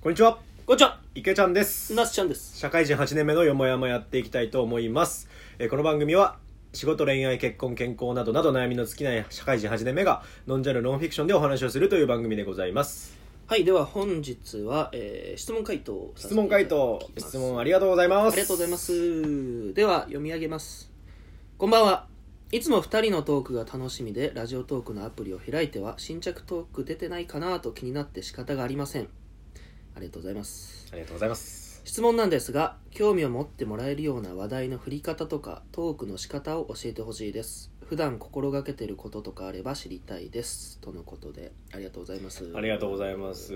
こんにちはこんにちは、池ちゃんですなっちゃんです。社会人8年目のよもやまやっていきたいと思います、えーこの番組は仕事恋愛結婚健康などなど悩みの尽きない社会人8年目がノンジャンルノンフィクションでお話をするという番組でございますはい、では本日は、えー質問回答質問回答質質問問ありがとうございまあすりがとうございます。では読み上げます。こんばんは。いつも2人のトークが楽しみでラジオトークのアプリを開いては新着トーク出てないかなと気になって仕方がありません。ありがとうございます。ありがとうございます質問なんですが興味を持ってもらえるような話題の振り方とかトークの仕方を教えてほしいです普段心がけてることとかあれば知りたいですとのことでありがとうございますありがとうございます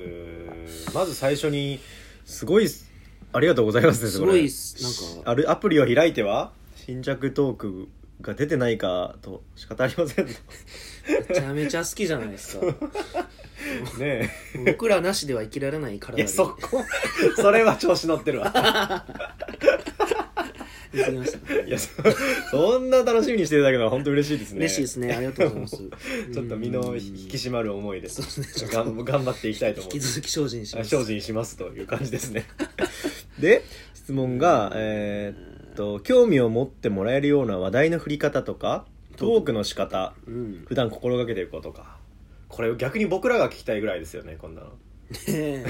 まず最初にすごいありがとうございますねすこれごいっすなんかあるアプリを開いては新着トークが出てないかと仕方ありま せんねめちゃめちゃ好きじゃないですかね僕らなしでは生きられないえ体いでやそこそれは調子乗ってるわ 言ってきましたねいやそそんな楽しみにしていただけのは本当嬉しいですね嬉しいですねありがとうございます ちょっと身の引き締まる思いでそうですねちょっと頑頑張っていきたいと思引いきます続き精進しあます精進しますという感じ ですねで質問がえーっと興味を持ってもらえるような話題の振り方とかトークの仕方うん普段心がけてることとかこれ逆に僕らが聞きたいぐらいですよねこんなのね え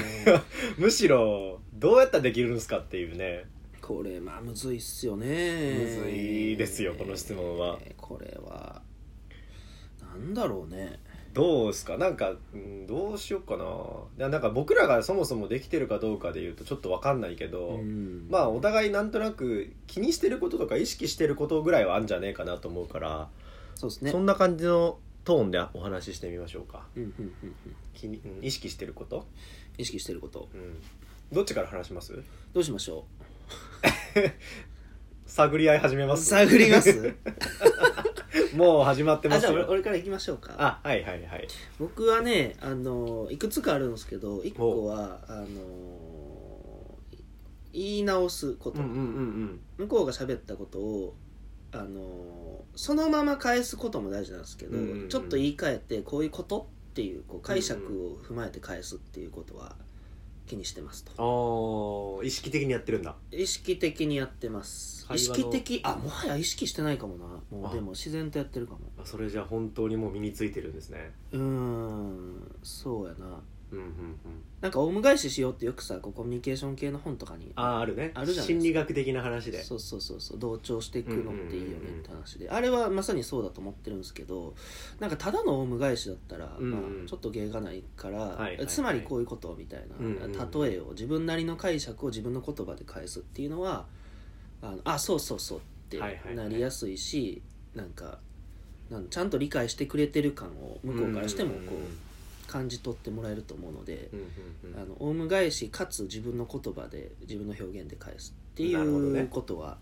むしろどうやったらできるんですかっていうねこれまあむずいっすよねむずいですよこの質問はこれはなんだろうねどうですかなんか、うんどうしようかないやなんか僕らがそもそもできてるかどうかで言うとちょっとわかんないけど、うんまあお互いなんとなく気にしてることとか意識してることぐらいはあんじゃねえかなと思うから、そうですねそんな感じのトーンでお話ししてみましょうかうんうんうんうん気に、うん意識してること、意識してることうん、どっちから話しますどうしましょ探り合い始めまうす探り ますもう始まってまあじすゃあ俺よ俺からいきましょうかあはいはいはい僕はねあのいくつかあるんですけど一個はあの言い直すこと、うん向こうが喋ったことをあのそのまま返すことも大事なんですけど、うんうんうんちょっと言い換えてこういうことっていうこう解釈を踏まえて返すっていうことは気にしてますとお意識的にやってるんだ意識的にやってます会意話の識的あもはや意識してないかもなもあうでも自然とやってるかもあそれじゃあ本当にもう身についてるんですねうーんそうやなうんうんうんなんかオウム返ししようってよくさこうコミュニケーション系の本とかにあああるねあるじゃないですか心理学的な話でそうそうそうそう同調していくのっていいようんうんうんうねんって話であれはまさにそうだと思ってるんですけどなんかただのオウム返しだったら、うんうんまあ、ちょっと芸がないから、はいはいつまりこういうことみたいな、うんうんうん例えを自分なりの解釈を自分の言葉で返すっていうのはあのあそうそうそうってはいはいはいなりやすいし、なんかなんちゃんと理解してくれてる感を向こうからしてもこう感じ取ってもらえると思うので。うんうんうんあのオウム返しかつ自分の言葉で自分の表現で返すっていなるほどねうことは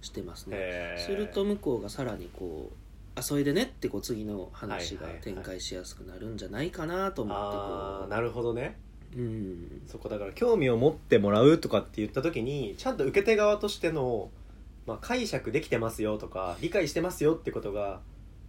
してますねへーすると向こうがさらにこう「あそれでね」ってこう次の話がはいはいはい展開しやすくなるんじゃないかなと思ってこああうなるほどねうんそこだから興味を持ってもらうとかって言った時にちゃんと受け手側としての、まあ、解釈できてますよとか理解してますよってことが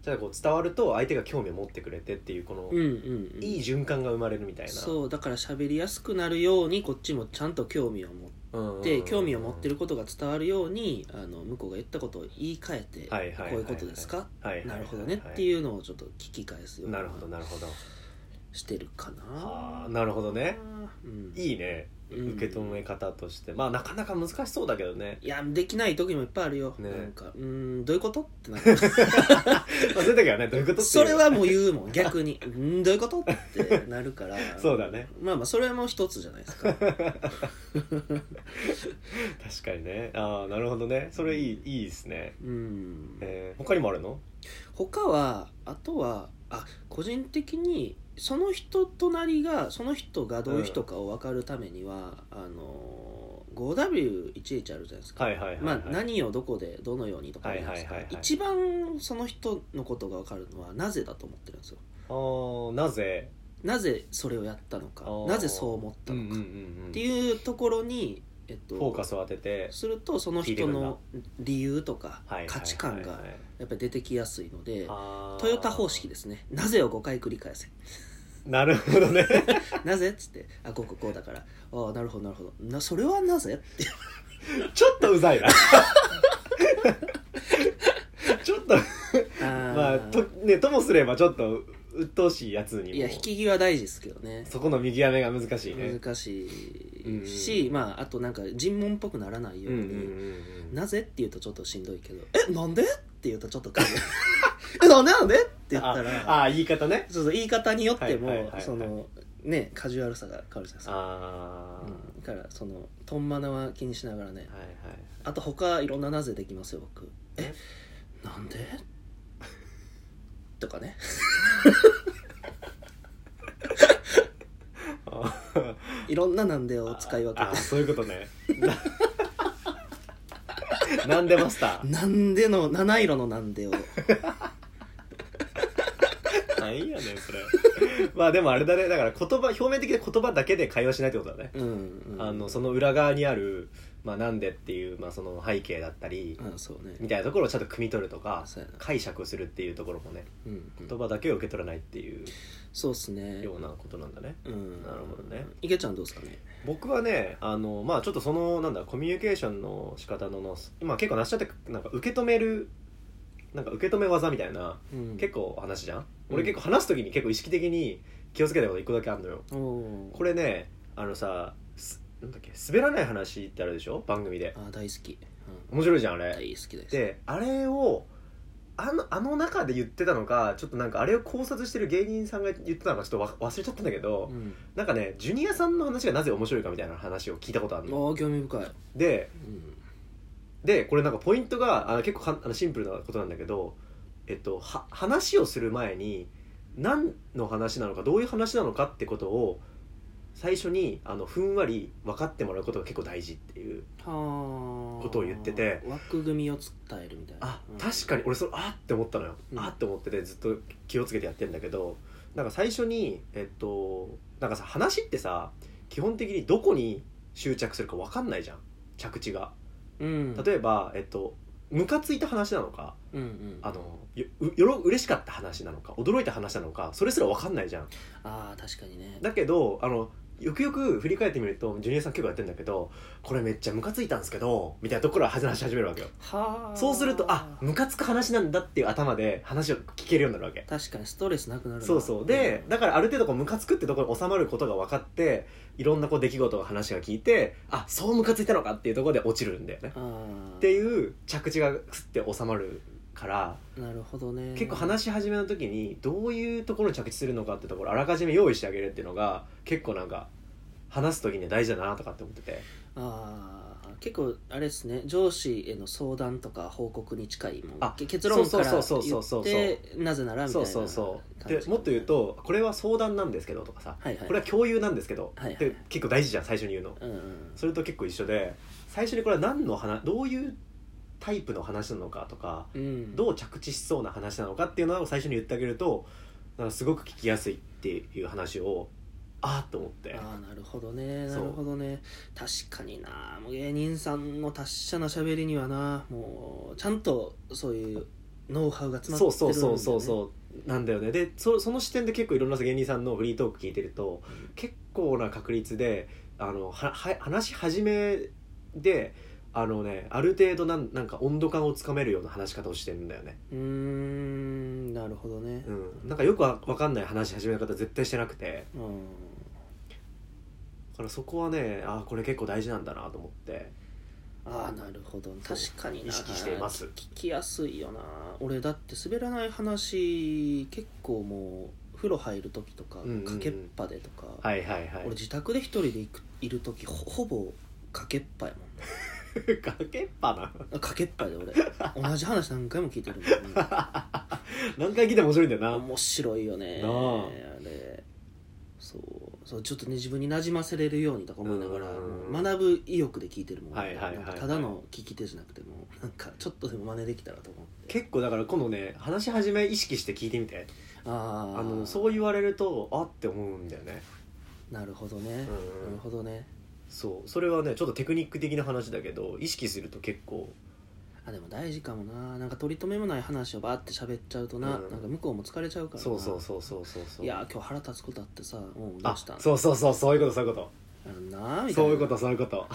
ちゃんとこう伝わると相手が興味を持ってくれてっていうこの、うんうんうんいい循環が生まれるみたいなそうだから喋りやすくなるようにこっちもちゃんと興味を持っうんて興味を持ってることが伝わるようにあの向こうが言ったことを言い換えて「はいはいはいはいこういうことですか?」はいはいはいなはいるほどね」っていうのをちょっと聞き返すようなるほどななるほどしてるかなああなるほどねうんいいねうん受け止め方として、まあなかなか難しそうだけどね、いやできない時もいっぱいあるよ、ねなんかうーんどういうことっ てなるまあ、そういう時はねどういうことっていうそれはもう言うもん逆にうんどういうことってなるから そうだねまあまあそれも一つじゃないですか確かにねああなるほどねそれいいいいですね、うん、えー他にもあるの他はあとはあ個人的にその人となりがその人がどういう人かを分かるためには、あの 5W1H あるじゃないですか、はいはいはい、はい、まあ、何をどこでどのようにとかあるじゃないですか、はいはいはいはい一番その人のことが分かるのはなぜだと思ってるんですよあーなぜなぜそれをやったのかあーなぜそう思ったのか、っていうところに、えっと、フォーカスを当ててするとその人の理由とかはいはいはいはい価値観がやっぱり出てきやすいので、あー トヨタ方式ですねなぜを5回繰り返せなるほどね なぜっつって「あこうこうこうだからああなるほどなるほどなそれはなぜ?」ってちょっとうざいな ちょっとあーまあと,、ね、ともすればちょっと鬱陶しいやつにもいや引き際大事ですけどねそこの見極めが難しいね難しうんいし、まああとなんか尋問っぽくならないように、んなぜって言うとちょっとしんどいけど「えなんで?」って言うとちょっとか えなんでなんで?」って言ったらああ言い方ねそうそう言い方によっても、はいはいはいはいそのねカジュアルさが変わるじゃないですか、ああ、うん、だからそのとんまなは気にしながらねはいはいあと他いろんな「なぜ?」できますよ僕えなんでとかねあいろんな「なんで?」を使い分けあーてそういうことねななんでマスタ「なんで?」の七色の「なんで?」をーなんやねんそれまあでもあれだねだから言葉表面的な言葉だけで会話しないってことだね、うん、うん、あのその裏側にある、まあ、なんでっていう、まあ、その背景だったりうんそうねみたいなところをちゃんと汲み取るとかそうやな解釈するっていうところもねうん、言葉だけを受け取らないっていうそうっすねようなことなんだねうんなるほどね池ちゃんどうですかね僕はねあのまあちょっとそのなんだコミュニケーションの仕方のの今結構なっしゃってなんか受け止めるなんか受け止め技みたいなうん結構話じゃん、うん俺結構話す時に結構意識的に気をつけたこと一個だけあるのよおーこれねあのさすなんだっけ滑らない話ってあるでしょ番組であー大好き、うん、面白いじゃんあれ、大好きですであれをあのあの中で言ってたのかちょっとなんかあれを考察してる芸人さんが言ってたのかちょっとわ忘れちゃったんだけど、うん、なんかねジュニアさんの話がなぜ面白いかみたいな話を聞いたことあるのああ興味深い、でうん、でこれなんかポイントがあの結構かんあのシンプルなことなんだけど、えっと、は話をする前に何の話なのかどういう話なのかってことを最初にあのふんわり分かってもらうことが結構大事っていうはあことを言ってて枠組みを伝えるみたいなあうん確かに俺それあって思ったのよ、うんあって思っててずっと気をつけてやってんだけどなんか最初にえっとなんかさ話ってさ基本的にどこに執着するか分かんないじゃん着地がうん、例えばえっとムカついた話なのかうんうん、あのようよろ嬉しかった話なのか驚いた話なのかそれすら分かんないじゃんあー確かにねだけどあのよくよく振り返ってみるとジュニアさん結構やってんだけどこれめっちゃムカついたんですけどみたいなところから話し始めるわけよはあそうするとあムカつく話なんだっていう頭で話を聞けるようになるわけ確かにストレスなくなるなそうそうでだからある程度こうムカつくってところに収まることが分かっていろんなこう出来事の話が聞いてあそうムカついたのかっていうところで落ちるんだよねあーっていう着地がすって収まるからなるほどね結構話し始めの時にどういうところに着地するのかってところあらかじめ用意してあげるっていうのが結構なんか話す時に大事だなとかって思っててあー結構あれですね上司への相談とか報告に近いもんあけ結論からそ言うそうそうそうそうそっうてなぜならみたいそうなそうそう感でじもっと言うとこれは相談なんですけどとかさはいはいこれは共有なんですけどはいはいって結構大事じゃん最初に言うのうんうんそれと結構一緒で最初にこれは何の話どういうタイプの話なのかとかうんどう着地しそうな話なのかっていうのを最初に言ってあげるとなんかすごく聞きやすいっていう話をああと思ってああなるほどねなそうるほどね確かになもう芸人さんの達者な喋りにはなもうちゃんとそういうノウハウが詰まそうってるそんうだよねそうそうそうなんだよねでそその視点で結構いろんな芸人さんのフリートーク聞いてると、結構な確率であのはは話し始めであのねある程度なんなんか温度感をつかめるような話し方をしてるんだよね、うーんなるほどねうん、なんかよくわわかんない話し始め方絶対してなくてうんだからそこはねあーこれ結構大事なんだなと思ってああなるほどそう確かにな意識しています聞きやすいよな俺だって滑らない話結構もう風呂入る時とか、うんうんうんかけっぱでとか、はいはいは俺自宅で一人で行くいる時ほほぼかけっぱやもん いかけっぱな あかけっぱやで俺同じ話何回も聞いてるもんね何回聞いても面白いんだよな面白いよねなああれそうそうちょっとね自分になじませれるようにとか思いながうら、んもう学ぶ意欲で聞いてるもん、はいはいはいはいなんかただの聞き手じゃなくてもなんかちょっとでも真似できたらと思って結構だから今度ね話し始め意識して聞いてみてあああのそう言われるとあって思うんだよねなるほどね、なうんるほどねそうそれはねちょっとテクニック的な話だけど意識すると結構あでも大事かもななんか取り留めもない話をバーって喋っちゃうとな,、うんなんか向こうも疲れちゃうからなそうそうそうそうそうそういやー今日腹立つことあってさもうどあうしたんそうそうそうそういうことそういうこあのなーみたいとそうないうことそういうこと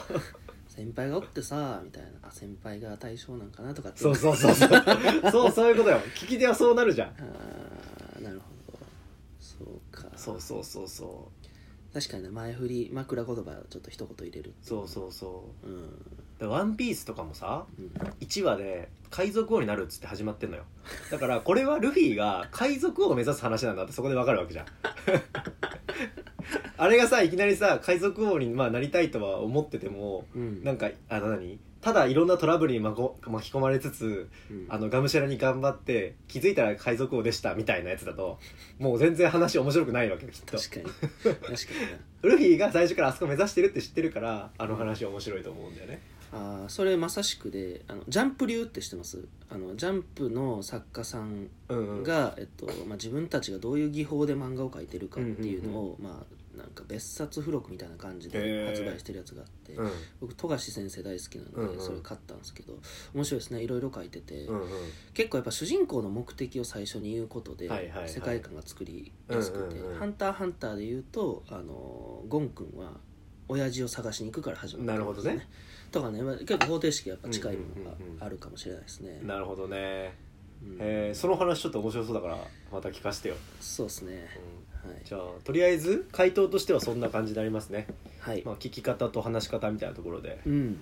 先輩がおってさみたいなあ先輩が対象なんかなとかってそうそうそう そうそうそういうことよ聞き手はそうなるじゃんあーなるほどそうかそうそうそうそ確かにね前振り枕言葉ちょっと一言入れるうそうそうそううん、でワンピースとかもさうん、 1話で海賊王になるっつって始まってんのよだからこれはルフィが海賊王を目指す話なんだってそこでわかるわ けじゃんあれがさいきなりさ海賊王にまあなりたいとは思っててもうんなんかあの何ただいろんなトラブルにまこ巻き込まれつつうんあのがむしゃらに頑張って気づいたら海賊王でしたみたいなやつだともう全然話面白くないわけよきっと 確かに確かになルフィが最初からあそこ目指してるって知ってるからあの話面白いと思うんだよねあーそれまさしくであのジャンプ流って知ってますあのジャンプの作家さんうんうんが、えっとまあ、自分たちがどういう技法で漫画を描いてるかっていうのを、まあ、なんか別冊付録みたいな感じで発売してるやつがあって、うん僕富樫先生大好きなんで、うんうんそれ買ったんですけど面白いですねいろいろ書いてて、うんうん結構やっぱ主人公の目的を最初に言うことで、はいはいはい世界観が作りやすくてう「んうんうんハンターハンター」で言うとあのゴン君は親父を探しに行くから始まるんですなるほどとかねまあ結構方程式がやっぱ近いものがうんうんうんうんあるかもしれないですね、なるほどねうんえーその話ちょっと面白そうだからまた聞かせてよ、そうですねはいじゃあとりあえず回答としてはそんな感じになりますね、はい、まあ、聞き方と話し方みたいなところでうん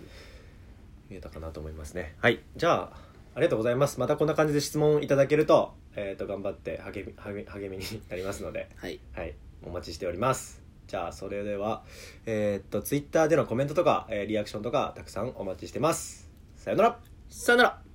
見えたかなと思いますねはいじゃあありがとうございますまたこんな感じで質問いただけると,、えー、と頑張って励み励み励みになりますのではいはい、お待ちしております。じゃあ、それでは、えーっと、ツイッターでのコメントとか、えーリアクションとか、たくさんお待ちしてます。さよならさよなら